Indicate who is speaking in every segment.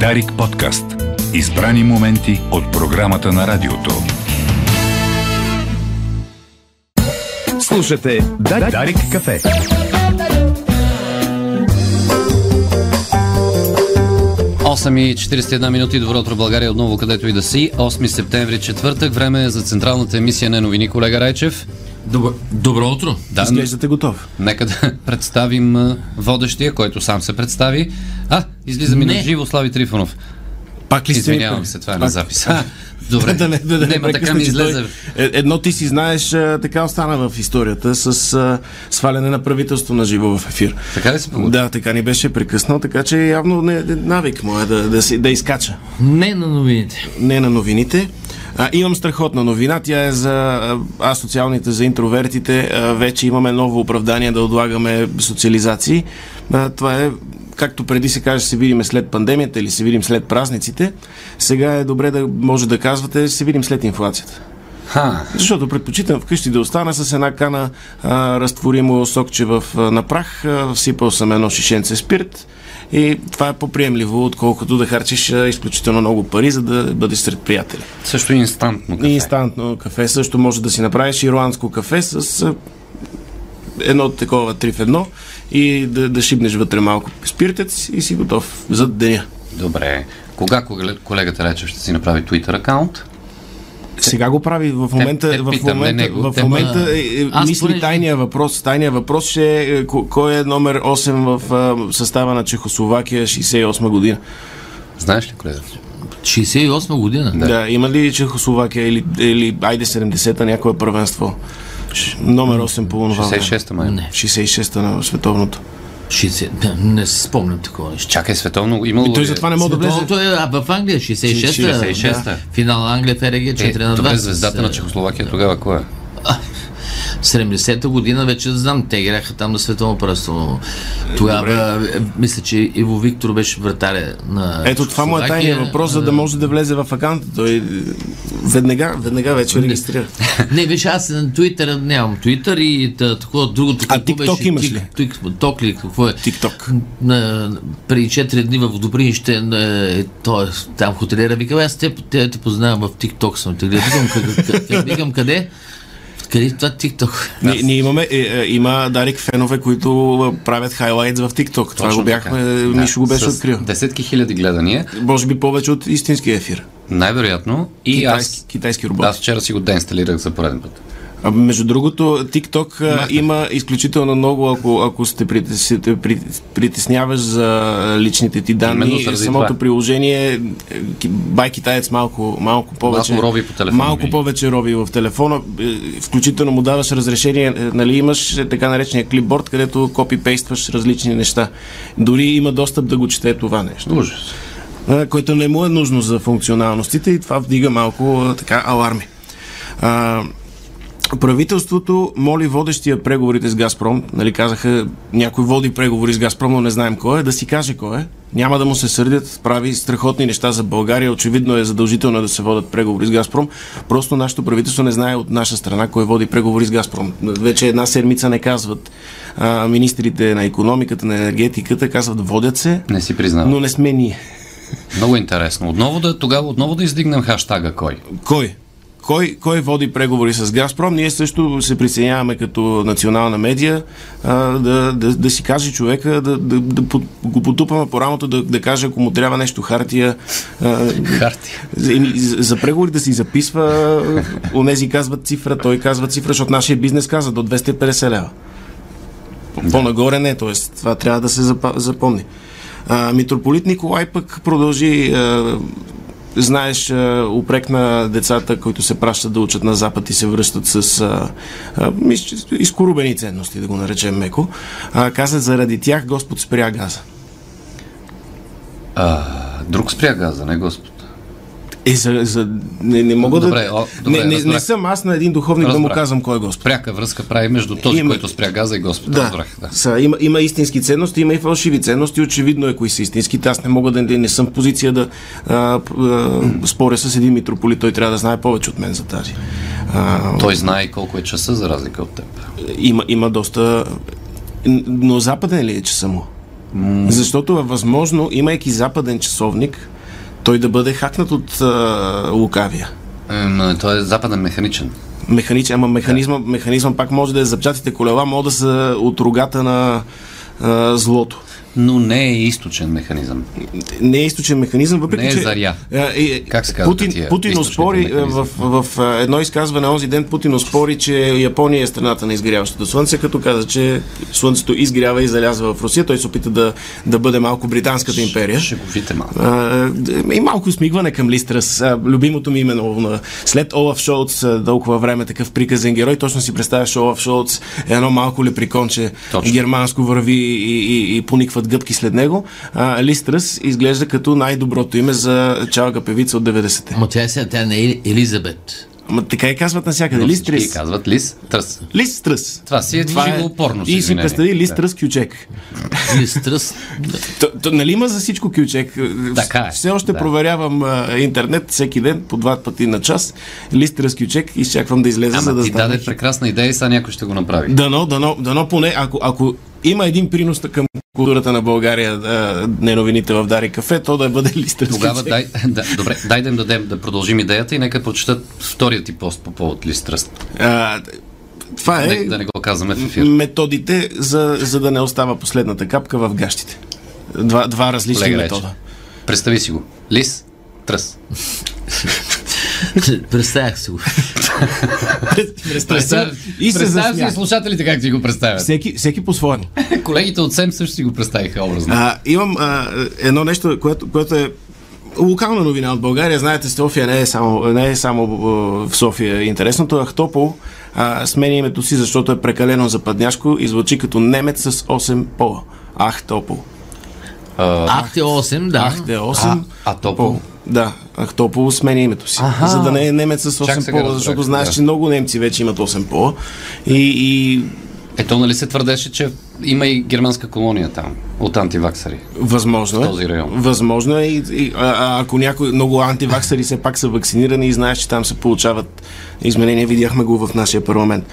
Speaker 1: Дарик подкаст. Избрани моменти от програмата на радиото.
Speaker 2: Слушате Дарик, Дарик кафе.
Speaker 3: и 41 минути. Добро утро, България, отново където и да си. 8 септември, четвъртък. Време е за централната емисия на новини, колега Райчев.
Speaker 4: Добро, добро утро.
Speaker 3: Да,
Speaker 2: Изглеждате готов.
Speaker 3: Нека да представим а, водещия, който сам се представи. А, излиза ми на живо Слави Трифонов.
Speaker 2: Пак ли сте ми
Speaker 3: Извинявам
Speaker 2: пред-
Speaker 3: се, това е на
Speaker 2: пак-
Speaker 3: запис. А, добре.
Speaker 2: Да не, да, да, не
Speaker 3: Нема така
Speaker 2: прекъсна,
Speaker 3: ми
Speaker 2: че
Speaker 3: излезе.
Speaker 2: той- е- Едно ти си знаеш, а, така остана в историята с а, сваляне на правителство на живо в ефир.
Speaker 3: Така ли се получи?
Speaker 2: Да, така ни беше прекъснал, така че явно не, не- навик му е да, да, си, да изкача.
Speaker 4: Не на новините.
Speaker 2: Не на новините. А, имам страхотна новина, тя е за а, асоциалните, за интровертите. А, вече имаме ново оправдание да отлагаме социализации. А, това е, както преди се каже, се видим след пандемията или се видим след празниците. Сега е добре да може да казвате, се видим след инфлацията.
Speaker 3: Ха,
Speaker 2: Защото предпочитам вкъщи да остана с една кана а, разтворимо сокче в, а, на прах, а, всипал съм едно шишенце спирт и това е по-приемливо, отколкото да харчиш а, изключително много пари, за да бъдеш сред приятели.
Speaker 3: също инстантно кафе.
Speaker 2: И инстантно кафе също може да си направиш ирландско кафе с а, едно такова три в едно и да, да шибнеш вътре малко спиртец и си готов за деня.
Speaker 3: Добре. Кога колег- колегата Райчев ще си направи Twitter акаунт?
Speaker 2: Сега го прави в момента.
Speaker 3: те
Speaker 2: в
Speaker 3: питам, не
Speaker 2: момента,
Speaker 3: него.
Speaker 2: в
Speaker 3: Те
Speaker 2: момента
Speaker 4: ма-
Speaker 2: е, е,
Speaker 4: Аз
Speaker 2: мисли
Speaker 4: понеже-
Speaker 2: тайния въпрос. Тайния въпрос ще е е, ко- кой е номер 8 в а, състава на Чехословакия 68 година.
Speaker 3: Знаеш ли, колега?
Speaker 4: 68 година.
Speaker 2: Да. има ли Чехословакия или, или айде 70-та някое първенство? Ш- Номер 8 по това.
Speaker 3: 66-та е май.
Speaker 4: Не.
Speaker 2: 66-та на световното.
Speaker 4: 60. Да, не си спомням такова нещо.
Speaker 3: Чакай, световно имало...
Speaker 2: Той
Speaker 3: ли е?
Speaker 2: затова не мога да влезе.
Speaker 4: Световното е а, в Англия 66-та.
Speaker 3: 66-та.
Speaker 4: Да. Финал на Англия ФРГ 4
Speaker 3: Е,
Speaker 4: на 2.
Speaker 3: добре, звездата на Чехословакия тогава кой е?
Speaker 4: 70-та година вече да знам, те играха там на световно първенство. но Тогава е, мисля, че Иво Виктор беше вратаря на
Speaker 2: Ето това му е тайния
Speaker 4: Чехословакия.
Speaker 2: въпрос, за да може да влезе в акаунта. Той е, веднага, веднага вече регистрира.
Speaker 4: Не, виж, аз на Twitter нямам Twitter и та, такова другото.
Speaker 2: А
Speaker 4: какво
Speaker 2: TikTok имаш ли?
Speaker 4: Тик- TikTok ли? Какво е?
Speaker 2: Тикток.
Speaker 4: на, преди 4 дни в Добринище, на- той е там хотелера, викам, аз те, те, те познавам в TikTok съм те гледал. Викам, къде, къде, викам, къде? Къде е това TikTok?
Speaker 2: Ние, ние имаме, е, е, има Дарик фенове, които а, правят хайлайтс в TikTok. Това
Speaker 3: Точно
Speaker 2: го бяхме, е,
Speaker 3: така.
Speaker 2: Мишо го беше
Speaker 3: с
Speaker 2: открил.
Speaker 3: Десетки хиляди гледания,
Speaker 2: Може би повече от истинския ефир.
Speaker 3: най-вероятно. И
Speaker 2: Китайски,
Speaker 3: аз,
Speaker 2: китайски робот.
Speaker 3: аз вчера си го деинсталирах за пореден път.
Speaker 2: А, между другото, TikTok а, има изключително много, ако, ако сте притес, при- притесняваш за а, личните ти
Speaker 3: Именно
Speaker 2: данни.
Speaker 3: заради
Speaker 2: Самото
Speaker 3: това.
Speaker 2: приложение, е, ки- бай китаец малко, малко повече.
Speaker 3: Малко рови по телефона
Speaker 2: Малко
Speaker 3: ми.
Speaker 2: повече роби в телефона. е, Включително му даваш разрешение, е, нали, имаш е, така наречения клипборд, където копипействаш различни неща. Дори има достъп да го чете това нещо.
Speaker 3: Ужас.
Speaker 2: а, което не му е нужно за функционалностите и това вдига малко а, така аларми. А, правителството моли водещия преговорите с Газпром, нали казаха някой води преговори с Газпром, но не знаем кой е, да си каже кой е. Няма да му се сърдят, прави страхотни неща за България, очевидно е задължително да се водят преговори с Газпром, просто нашето правителство не знае от наша страна кой води преговори с Газпром. Вече една седмица не казват. А, министрите на економиката, на енергетиката казват водят се,
Speaker 3: Не си признавам.
Speaker 2: но не сме ние.
Speaker 3: Много интересно. Отново да, тогава отново да издигнем хаштага кой.
Speaker 2: Кой? Кой, кой води преговори с Газпром? Ние също се присъединяваме като национална медия а, да, да, да си каже човека, да, да, да под, го потупаме по рамото, да, да каже ако му трябва нещо хартия. А,
Speaker 3: Хартия.
Speaker 2: за, еми, за за преговори да си записва, а, онези казват цифра, той казва цифра, защото нашия бизнес каза до 250 лева. По- По-нагоре не, т.е. това трябва да се запа- запомни. А, митрополит Николай пък продължи а, знаеш, а, упрек на децата, които се пращат да учат на Запад и се връщат с а, а, мисля, че изкорубени ценности, да го наречем меко, а, каза, заради тях Господ спря газа.
Speaker 3: А, друг спря газа, не Господ.
Speaker 2: Е, за, за, не, не мога
Speaker 3: Добре,
Speaker 2: да...
Speaker 3: о, добре,
Speaker 2: не, не, не
Speaker 3: разбрах.
Speaker 2: съм аз на един духовник да му
Speaker 3: Разбрах.
Speaker 2: казвам кой е Господ.
Speaker 3: Пряка връзка прави между този,
Speaker 2: Има-
Speaker 3: който спря газа и Господ.
Speaker 2: Да,
Speaker 3: Разбрах, да.
Speaker 2: Са, има, има истински ценности, има и фалшиви ценности. Очевидно е кои са истинските. Аз не мога да не съм в позиция да а, а, споря с един митрополит. Той трябва да знае повече от мен за тази. А,
Speaker 3: Той знае колко е часа за разлика от теб.
Speaker 2: има, има доста... Но западен ли е часа му? Защото е възможно, имайки западен часовник, той да бъде хакнат от а, лукавия.
Speaker 3: М, Той е западен механичен.
Speaker 2: Механичен, ама механизма, механизма пак може да е запчатите колела, може да са от рогата на а, злото.
Speaker 3: Но не е източен механизъм.
Speaker 2: не е източен механизъм, въпреки
Speaker 3: Не е
Speaker 2: че...
Speaker 3: заря.
Speaker 2: А, и-
Speaker 3: Как се казват
Speaker 2: Путин,
Speaker 3: тия
Speaker 2: Путин
Speaker 3: източните
Speaker 2: оспори а, в,
Speaker 3: механизми?
Speaker 2: в, в а, едно изказване онзи ден, Путин оспори, че Япония е страната на изгряващото слънце, като каза, че слънцето изгрява и залязва в Русия. Той се опита да, да бъде малко британската империя.
Speaker 3: Ще го видите малко.
Speaker 2: А, и малко смигване към Листрас, а, любимото ми име ново на... След Олаф Шолц, а, толкова време такъв приказен герой, точно си представяш Олаф Шолц, едно малко леприконче,
Speaker 3: Точно.
Speaker 2: германско върви и, и, и поникват гъбки след него. А, Листрас изглежда като най-доброто име за чалга певица от 90-те.
Speaker 4: Ма тя е сега, тя не е Елизабет.
Speaker 2: Ма, така и казват навсякъде.
Speaker 3: Всички
Speaker 2: Листрис.
Speaker 3: казват лис, тръс.
Speaker 2: Листрас.
Speaker 3: Това си е
Speaker 2: Това е-
Speaker 3: живоопорно. с
Speaker 2: И си
Speaker 3: извинение.
Speaker 2: представи Листрас Кючек.
Speaker 4: Листръс.
Speaker 2: То, то, нали има за всичко кючек?
Speaker 3: Така е,
Speaker 2: Все още
Speaker 3: да.
Speaker 2: проверявам а, интернет всеки ден, по два пъти на час. Лист раз кючек, изчаквам да излезе, за
Speaker 3: Ама
Speaker 2: да
Speaker 3: ти
Speaker 2: стане.
Speaker 3: даде прекрасна идея и сега някой ще го направи.
Speaker 2: Дано, дано, дано поне, ако, ако има един принос към културата на България, а, не новините в Дари Кафе, то да бъде лист раз
Speaker 3: Тогава
Speaker 2: кючек.
Speaker 3: дай, да, добре, дай да им дадем да продължим идеята и нека прочетат втория ти пост по повод лист тръст.
Speaker 2: А, това е
Speaker 3: Нека да не го казваме в ефир.
Speaker 2: методите, за, за да не остава последната капка в гащите. Два, два различни
Speaker 3: Колега Райчев.
Speaker 2: метода.
Speaker 3: Представи си го. Лис, тръс.
Speaker 4: Представях си го.
Speaker 2: Представя си и се
Speaker 3: представя
Speaker 2: засмя.
Speaker 3: си слушателите как ти го представят.
Speaker 2: Всеки, всеки по-своему.
Speaker 3: Колегите от СЕМ също си го представиха образно.
Speaker 2: А, имам а, едно нещо, което, което е локална новина от България. Знаете, София не е само, не е само а, в София интересното. Ахтопол а, смени името си, защото е прекалено западняшко и звучи като немец с 8 пола. Ахтопол.
Speaker 4: Ахте 8, да.
Speaker 2: Ахте 8.
Speaker 3: А- Ахтопол?
Speaker 2: пол. Да, Ахтопол смени името си.
Speaker 3: Аха.
Speaker 2: За да не е немец с 8
Speaker 3: Чак сега
Speaker 2: пола,
Speaker 3: разбрах,
Speaker 2: защото знаеш,
Speaker 3: да.
Speaker 2: че много немци вече имат 8 пола. И, и
Speaker 3: Ето нали се твърдеше, че има и германска колония там, от антиваксари.
Speaker 2: Възможно е.
Speaker 3: този район.
Speaker 2: Възможно е. И, и, а, а, ако някой, много антиваксари все пак са вакцинирани и знаеш, че там се получават изменения, видяхме го в нашия парламент.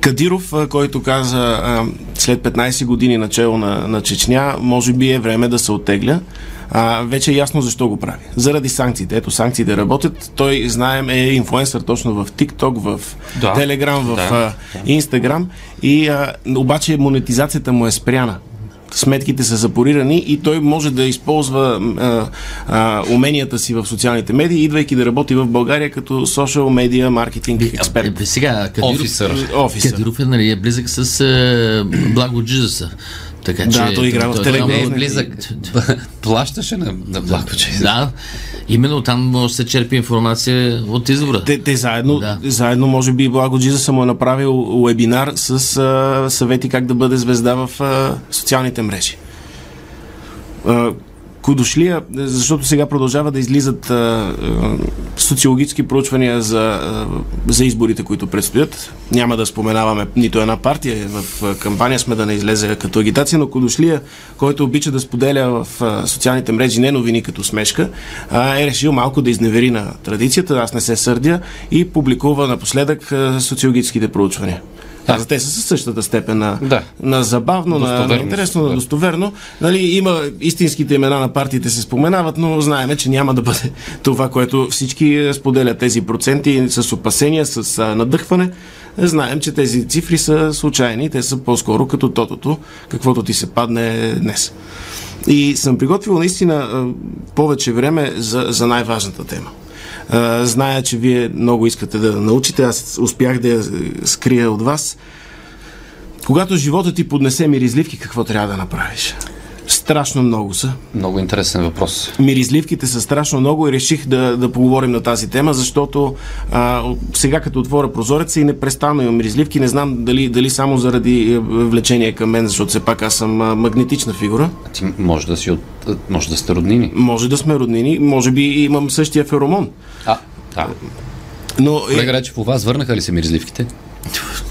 Speaker 2: Кадиров, а, който каза а, след 15 години начало на, на Чечня, може би е време да се оттегля. А, вече е ясно защо го прави. Заради санкциите. Ето, санкциите работят. Той, знаем, е инфлуенсър точно в TikTok, в
Speaker 3: Да.
Speaker 2: Telegram, в а, Instagram. И, а, обаче монетизацията му е спряна. Сметките са запорирани и той може да използва м, а, а, уменията си в социалните медии, идвайки да работи в България като social media marketing експерт.
Speaker 4: Е, бе, сега, Кадиров,
Speaker 3: Офисър.
Speaker 2: Офисър.
Speaker 4: Кадиров е, нали, е близък с е, Благо Джизуса. Така,
Speaker 2: Да,
Speaker 4: че,
Speaker 2: той игра в Телеграм.
Speaker 3: Не е
Speaker 4: много-
Speaker 3: близък. Плащаше на, на е Благо Джизус.
Speaker 4: Да, именно там може да се черпи информация от избора.
Speaker 2: Те, те заедно, да.
Speaker 4: Да.
Speaker 2: заедно, може би, Благо Джиза му е направил вебинар с а, съвети как да бъде звезда в а, социалните мрежи. А, Кудошлия, защото сега продължава да излизат а, а, социологически проучвания за, а, за изборите, които предстоят. Няма да споменаваме нито една партия. В а, кампания сме да не излезе като агитация, но Кудошлия, който обича да споделя в а, социалните мрежи не новини като смешка, а, е решил малко да изневери на традицията. Аз не се сърдя и публикува напоследък а, социологическите проучвания. Каза, те са със същата степен на,
Speaker 3: Да.
Speaker 2: на забавно, на, на
Speaker 3: Достоверност,
Speaker 2: интересно, на
Speaker 3: да.
Speaker 2: достоверно. Нали, има истинските имена на партиите се споменават, но знаеме, че няма да бъде това, което всички е, споделят тези проценти с опасения, с а, надъхване. Знаем, че тези цифри са случайни, те са по-скоро като тотото, каквото ти се падне днес. И съм приготвил наистина а, повече време за, за най-важната тема. А, Зная, че вие много искате да научите, аз успях да я е, скрия от вас. Когато живота ти поднесе миризливки, какво трябва да направиш? Страшно много са.
Speaker 3: Много интересен въпрос.
Speaker 2: Миризливките са страшно много и реших да, да поговорим на тази тема, защото а, сега като отворя прозореца и непрестанно имам миризливки, не знам дали, дали само заради е, влечение към мен, защото все пак аз съм а, магнетична фигура.
Speaker 3: А Ти може да си от... Може да сте роднини.
Speaker 2: Може да сме роднини, може би имам същия феромон.
Speaker 3: А, да.
Speaker 2: Но е,
Speaker 3: Колега Речев, у вас върнаха ли се миризливките?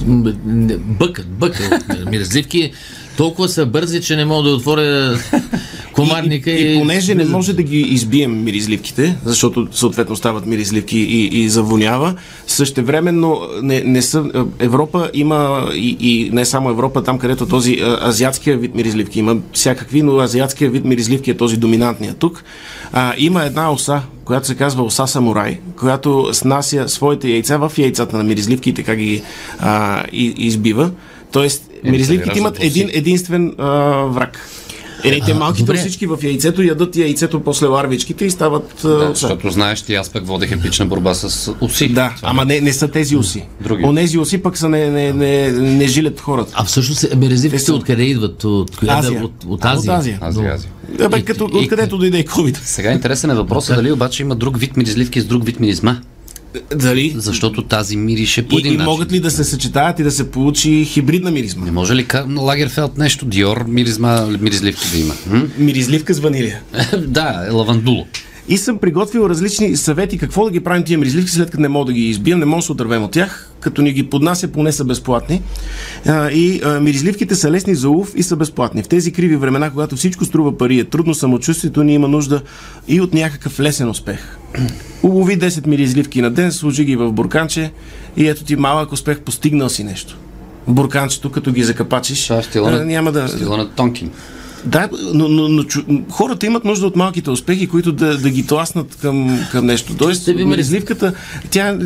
Speaker 4: М, не, е Бъкат, бъкат. Мирзливки толкова са бързи, че не мога да отворя Комарника
Speaker 2: и, и, и
Speaker 4: е-
Speaker 2: понеже не може да ги избием миризливките, защото съответно стават миризливки и, и завонява, същевременно не, не са, Европа има и, и не само Европа, там където този а, азиатския вид миризливки има всякакви, но азиатския вид миризливки е този доминантния тук. А, има една оса, която се казва оса самурай, която снася своите яйца в яйцата на миризливки и така ги а, и, избива. Тоест, миризливките
Speaker 3: раждат
Speaker 2: имат
Speaker 3: оси.
Speaker 2: един единствен а, враг. Е, те малките
Speaker 4: добре.
Speaker 2: осички в яйцето ядат яйцето после ларвичките и стават а,
Speaker 3: Да,
Speaker 2: оса.
Speaker 3: защото знаеш, ти аз пък водех епична борба с уси.
Speaker 2: Да, ама не, не са тези уси.
Speaker 3: Други.
Speaker 2: Онези уси пък са не, не, не, не жилят хората.
Speaker 4: А всъщност е, мерезивките
Speaker 2: са-
Speaker 4: откъде идват? От, коя да-
Speaker 2: Азия.
Speaker 4: от,
Speaker 2: А,
Speaker 4: от
Speaker 2: от
Speaker 4: Азия.
Speaker 2: Азия.
Speaker 3: Аз ги
Speaker 4: Но-
Speaker 3: аз.
Speaker 2: Да,
Speaker 4: и-
Speaker 2: Е, бе, като,
Speaker 4: и-
Speaker 2: откъдето дойде и COVID.
Speaker 3: Сега интересен е въпросът дали обаче има друг вид миризливки с друг вид миризма,
Speaker 2: Дали?
Speaker 3: защото тази мирише по
Speaker 2: И,
Speaker 3: един
Speaker 2: и
Speaker 3: начин.
Speaker 2: могат ли да се съчетаят и да се получи хибридна миризма?
Speaker 3: Не може ли ка- на Лагерфелд нещо, Диор, миризма, миризливки да има? М?
Speaker 2: Миризливка с ванилия.
Speaker 3: да, е лавандуло.
Speaker 2: И съм приготвил различни съвети какво да ги правим тия миризливки, след като не мога да ги избием, не мога да се отървем от тях, като ни ги поднася, поне са безплатни. А, и а, миризливките са лесни за лов и са безплатни. В тези криви времена, когато всичко струва пари, е трудно самочувствието, ни има нужда и от някакъв лесен успех. Улови 10 миризливки на ден, служи ги в бурканче и ето ти малък успех, постигнал си нещо. Бурканчето, като ги закапачиш,
Speaker 3: Това е в стила
Speaker 2: а,
Speaker 3: на,
Speaker 2: няма да...
Speaker 3: стила на Тонкин.
Speaker 2: Да, но, но, но чу... хората имат нужда от малките успехи, които да, да ги тласнат към, към нещо. Тоест,
Speaker 4: Ще ви има ли-
Speaker 2: миризливката, тя,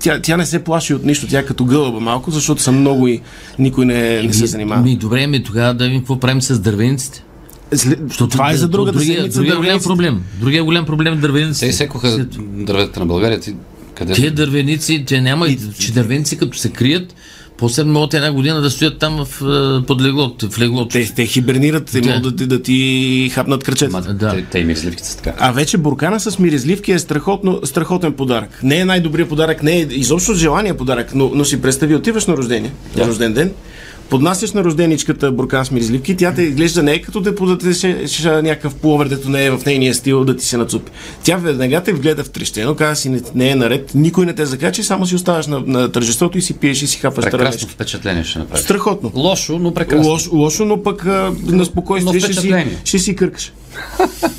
Speaker 2: тя, тя не се плаши от нищо, тя е като гълъба малко, защото са много и никой не, не се занимава.
Speaker 4: Ми, добре, ми тогава да видим какво правим с дървениците.
Speaker 2: След- Това е за другата
Speaker 4: другия,
Speaker 2: седмица.
Speaker 4: Другия голям
Speaker 2: дървениците.
Speaker 4: проблем. Другия голям проблем е дървениците.
Speaker 3: Те изсекоха дърветата на България. Ти, къде?
Speaker 4: Тия дървеници, те няма, и, че дървеници като се крият, после могат една година да стоят там в, е, под леглото, в леглото.
Speaker 2: Те, те хибернират, те
Speaker 4: Да.
Speaker 2: могат да, ти- да ти хапнат кръчета.
Speaker 4: да.
Speaker 3: Те, те и миризливките са така.
Speaker 2: А вече буркана с миризливки е страхотно, страхотен подарък. Не е най-добрият подарък, не е изобщо желания подарък, но, но си представи, отиваш на рождение, yeah. рожден ден, поднасяш на рожденичката буркан с миризливки, тя те изглежда не е като да подадеш някакъв пуловер, дето не е в нейния стил да ти се нацупи. Тя веднага те вгледа в трещено, каза си не, не е наред, никой не те закачи, само си оставаш на, на тържеството и си пиеш и си хапваш
Speaker 3: Прекрасно
Speaker 2: тържеството.
Speaker 3: впечатление ще направи.
Speaker 2: Страхотно.
Speaker 3: Лошо, но прекрасно.
Speaker 2: Лош, лошо, но пък а, на спокойствие
Speaker 3: Но
Speaker 2: ще си,
Speaker 3: впечатление.
Speaker 2: ще си къркаш.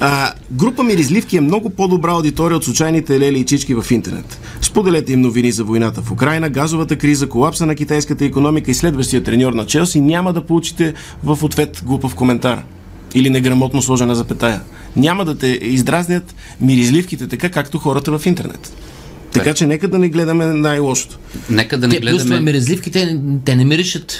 Speaker 2: А, група Миризливки е много по-добра аудитория от случайните лели и чички в интернет. Споделете им новини за войната в Украина, газовата криза, колапса на китайската економика и следващия треньор на Челси няма да получите в ответ глупав коментар или неграмотно сложена запетая. Няма да те издразнят миризливките така, както хората в интернет. Така че нека да не гледаме най-лошото.
Speaker 3: Нека да не
Speaker 4: Те, плюс това
Speaker 3: гледаме...
Speaker 4: мерезливките, те не миришат.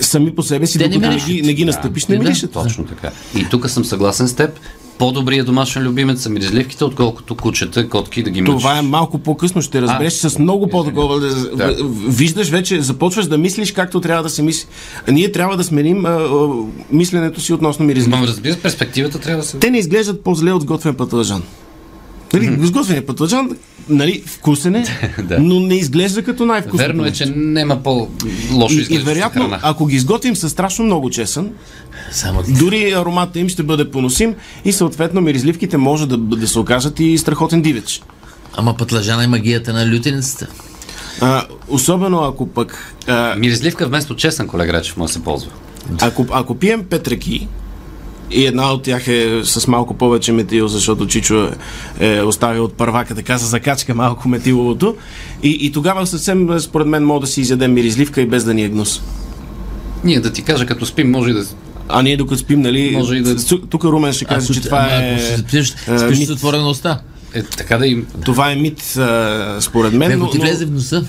Speaker 2: Сами по себе си,
Speaker 4: Те не
Speaker 2: докато не,
Speaker 4: миришат.
Speaker 2: ги, не ги настъпиш, не
Speaker 4: Да.
Speaker 2: миришат.
Speaker 3: Точно така. И тук съм съгласен с теб. По-добрият домашен любимец са миризливките, отколкото кучета, котки да ги мъчиш.
Speaker 2: Това е малко по-късно, ще разбереш с много по-такова. Да. Виждаш вече, започваш да мислиш както трябва да се мисли. Ние трябва да сменим а, а, мисленето си относно миризма.
Speaker 3: Ма, разбира се, перспективата трябва да се...
Speaker 2: Те не изглеждат по-зле от готвен патлажан. Нали, сготвения патлажан, нали, вкусен е,
Speaker 3: Да.
Speaker 2: но не изглежда като най-вкусен.
Speaker 3: Верно е, че е няма по-лошо
Speaker 2: и, и
Speaker 3: изглеждаща
Speaker 2: вероятно,
Speaker 3: храна.
Speaker 2: ако ги изготвим с страшно много чесън,
Speaker 4: Само
Speaker 2: дори аромата им ще бъде поносим и съответно миризливките може да, да се окажат и страхотен дивеч.
Speaker 4: Ама пътлажана е магията на лютеницата.
Speaker 2: А, особено ако пък а,
Speaker 3: Миризливка вместо честен колега Рачев може да се ползва.
Speaker 2: Ако, ако пием пет ръки, и една от тях е с малко повече метил, защото Чичо е, е оставил от първака, така се закачка малко метиловото. И, и тогава съвсем, е, според мен, мога да си изядем миризливка и без да ни е гнус.
Speaker 3: Ние да ти кажа, като спим, може и да...
Speaker 2: А ние докато спим, нали,
Speaker 3: Може и да-
Speaker 2: ту- тук Румен ще каже, че това
Speaker 4: ама,
Speaker 2: е,
Speaker 4: ако се запиеш,
Speaker 2: е,
Speaker 4: спиш
Speaker 2: мит.
Speaker 4: с отворена уста.
Speaker 3: Е, така да им...
Speaker 2: това е мит, а, според мен.
Speaker 4: Ако
Speaker 2: но,
Speaker 4: ти влезе в носа,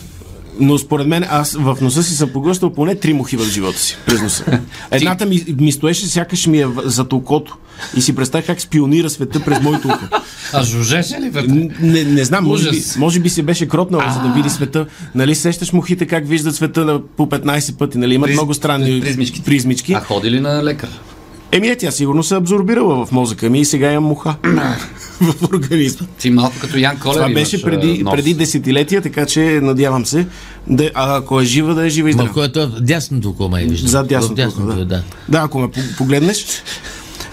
Speaker 2: но, но, според мен, аз в носа си съм поглъщал поне три мухи в живота си, през носа. Едната ми, ми стоеше, сякаш ми е в- зад окото. И си представях как спионира света през моето ухо.
Speaker 3: А жужеше ли вътре?
Speaker 2: Н- Не, не знам, може би,
Speaker 3: Ужас.
Speaker 2: може би се беше кротнала, за да види света. Нали сещаш мухите как виждат света на, по 15 пъти, нали? Имат
Speaker 3: Приз-
Speaker 2: много странни
Speaker 3: призмички.
Speaker 2: призмички.
Speaker 3: А ходи ли на лекар?
Speaker 2: Еми не, тя сигурно се е абсорбирала в мозъка ми и сега имам муха в организма.
Speaker 3: Ти малко като Ян Колер
Speaker 2: Това
Speaker 3: Ами, имаш, е,
Speaker 2: беше
Speaker 3: а,
Speaker 2: преди,
Speaker 3: нос.
Speaker 2: преди десетилетия, така че надявам се, да, а ако е жива, да е жива и
Speaker 4: ма в
Speaker 2: здрава.
Speaker 4: което е дясното око, май виждам.
Speaker 2: Зад
Speaker 4: В
Speaker 2: дясното,
Speaker 4: дясното да.
Speaker 2: да.
Speaker 4: да.
Speaker 2: Да, ако ме пог- погледнеш.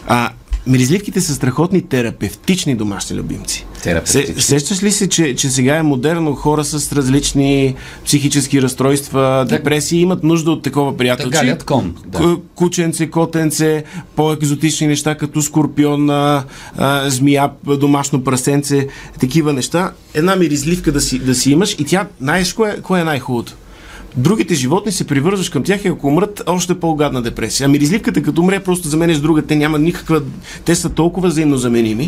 Speaker 2: А, миризливките са страхотни терапевтични домашни любимци. Се,
Speaker 5: терапевтични.
Speaker 2: сещаш ли се, че, че сега е модерно хора с различни психически разстройства, депресии имат нужда от такова приятелче?
Speaker 3: галят кон, да.
Speaker 2: К- Кученце, котенце, по-екзотични неща, като скорпион, а, а, змия, п- домашно прасенце, такива неща. Една миризливка да си, да си имаш и тя, знаеш кое, кое е най-хубавото? Другите животни се привързваш към тях и ако умрат, още по-гадна депресия. А миризливката като умре, просто заменяш друга. Те няма никаква... Те са толкова взаимно заменими.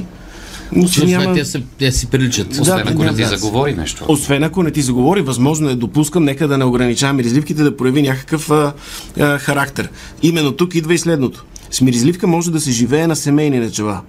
Speaker 2: Че
Speaker 4: Освен това,
Speaker 2: няма...
Speaker 4: те, се, те си приличат.
Speaker 2: Да,
Speaker 3: Освен ако не ти
Speaker 2: да.
Speaker 3: заговори нещо.
Speaker 2: Освен ако не ти заговори, възможно е, допускам, нека да не ограничаваме миризливките, да прояви някакъв а, а, характер. Именно тук идва и следното. С миризливка може да се живее на семейни начала.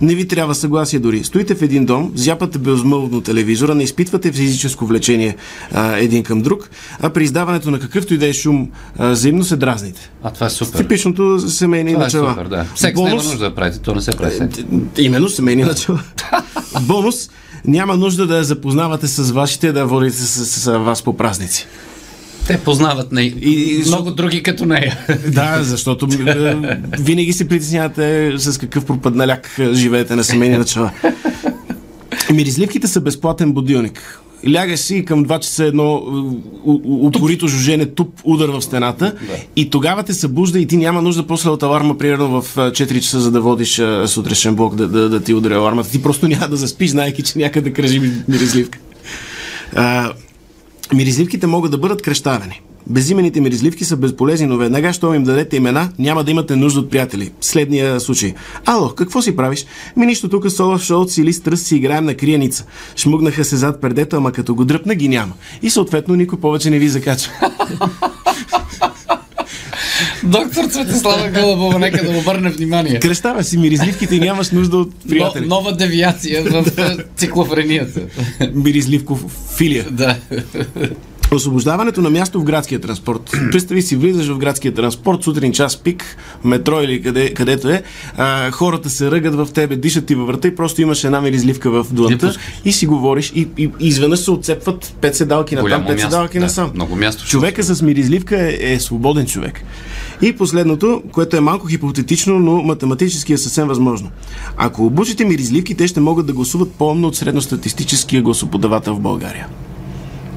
Speaker 2: Не ви трябва съгласие дори. Стоите в един дом, зяпате безмълвно телевизора, не изпитвате физическо влечение а, един към друг, а при издаването на какъвто и да е шум, а, взаимно се дразните.
Speaker 3: А това е супер.
Speaker 2: Типичното семейни
Speaker 3: Това е
Speaker 2: начала.
Speaker 3: супер, да. Секс няма
Speaker 2: Бонус- Е,
Speaker 3: нужда да правите, то не се прави секс.
Speaker 2: Именно семейни начала. Бонус. Няма нужда да я запознавате с вашите, да я водите с, с, с вас по празници.
Speaker 3: Те познават не...
Speaker 2: И-
Speaker 3: и, много други като нея.
Speaker 2: Да, защото е, винаги се притеснявате с какъв пропадналяк е, живеете на семейни начала. Миризливките са безплатен будилник. Лягаш си и към 2 часа едно е, у- у- упорито жужене, туп, удар в стената и тогава те събужда и ти няма нужда после от аларма, примерно в е, 4 часа, за да водиш е, сутрешен блок да, да, да ти удари алармата. Ти просто няма да заспиш, знаеки, че някъде кръжи ми- миризливка. А, Миризливките могат да бъдат кръщавени. Безимените миризливки са безполезни, но веднага, щом им дадете имена, няма да имате нужда от приятели. Следния случай. Ало, какво си правиш? Ми нищо тук с Олаф Шолц или с Тръс си играем на криеница. Шмугнаха се зад пердето, ама като го дръпна ги няма. И съответно никой повече не ви закача.
Speaker 5: Доктор Светослава Гълъбова, нека да обърне внимание.
Speaker 2: Кръщава си миризливките и нямаш нужда от
Speaker 5: Но,
Speaker 2: приятели.
Speaker 5: нова девиация в е, циклофренията.
Speaker 2: Миризливко филия.
Speaker 5: Да.
Speaker 2: Освобождаването на място в градския транспорт. Представи си, влизаш в градския транспорт, сутрин час пик, метро или къде, където е, а, хората се ръгат в тебе, дишат ти във врата и просто имаш една миризливка в дланта и си говориш и, и, и изведнъж се отцепват пет седалки на там,
Speaker 3: Голямо
Speaker 2: пет
Speaker 3: място,
Speaker 2: седалки
Speaker 3: да.
Speaker 2: на сам.
Speaker 3: Много място.
Speaker 2: Човека с миризливка е, е свободен човек. И последното, което е малко хипотетично, но математически е съвсем възможно. Ако обучите миризливки, те ще могат да гласуват по-умно от средностатистическия гласоподавател в България.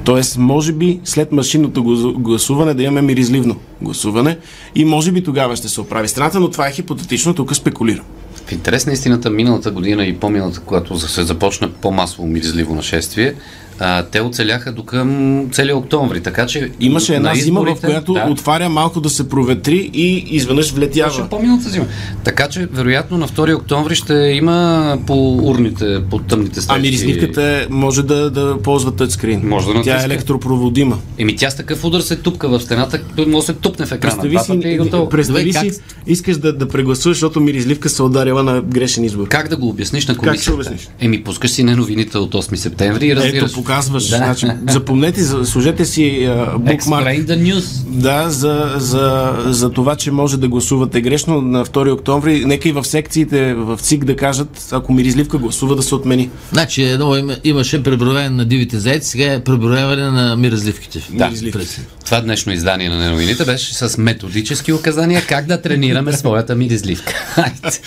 Speaker 2: Тоест, може би след машинното гласу- гласуване да имаме миризливно гласуване и може би тогава ще се оправи страната, но това е хипотетично, тук спекулирам.
Speaker 3: В интерес на истината, миналата година и по-миналата, когато за- се започна по-масово миризливо нашествие, а, те оцеляха до към целия октомври, така че...
Speaker 2: Имаше една
Speaker 3: на
Speaker 2: зима, в
Speaker 3: изборите-
Speaker 2: която
Speaker 3: да.
Speaker 2: отваря малко да се проветри и изведнъж влетява.
Speaker 3: Беше по-миналата зима. Така че, вероятно, на 2 октомври ще има по урните, по тъмните
Speaker 2: А
Speaker 3: стежки.
Speaker 2: миризливката е- може да, да ползва тъчскрин.
Speaker 3: Може да
Speaker 2: Тя е
Speaker 3: натиска.
Speaker 2: електропроводима.
Speaker 3: Еми тя с такъв удар се тупка в стената, може да се тупне в екрана.
Speaker 2: Представи
Speaker 3: Два
Speaker 2: си,
Speaker 3: пъти и готово.
Speaker 2: представи
Speaker 4: Добре,
Speaker 2: си искаш да, да прегласуваш, защото миризливка се е ударила на грешен избор.
Speaker 3: Как да го обясниш на комисията?
Speaker 2: ще обясниш?
Speaker 3: Еми, пускаш си на новините от 8 септември и разбираш.
Speaker 2: Ето, показваш. Значи, запомнете, за- сложете си а, букмарк.
Speaker 4: Explain the news.
Speaker 2: Да, за, за, за това, че може да гласувате грешно на 2 октомври. Нека и в секциите в ЦИК да кажат, ако миризливка гласува, да се отмени.
Speaker 4: Значи едно има, имаше преброяване на дивите зайци, сега е преброяване на миризливките. Да,
Speaker 2: Миризливките.
Speaker 3: Това днешно издание на новините беше с методически указания как да тренираме своята миризливка. Хайде.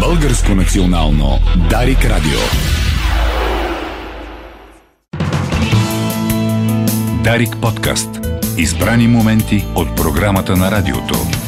Speaker 1: Българско национално Дарик Радио. Дарик подкаст. Избрани моменти от програмата на радиото.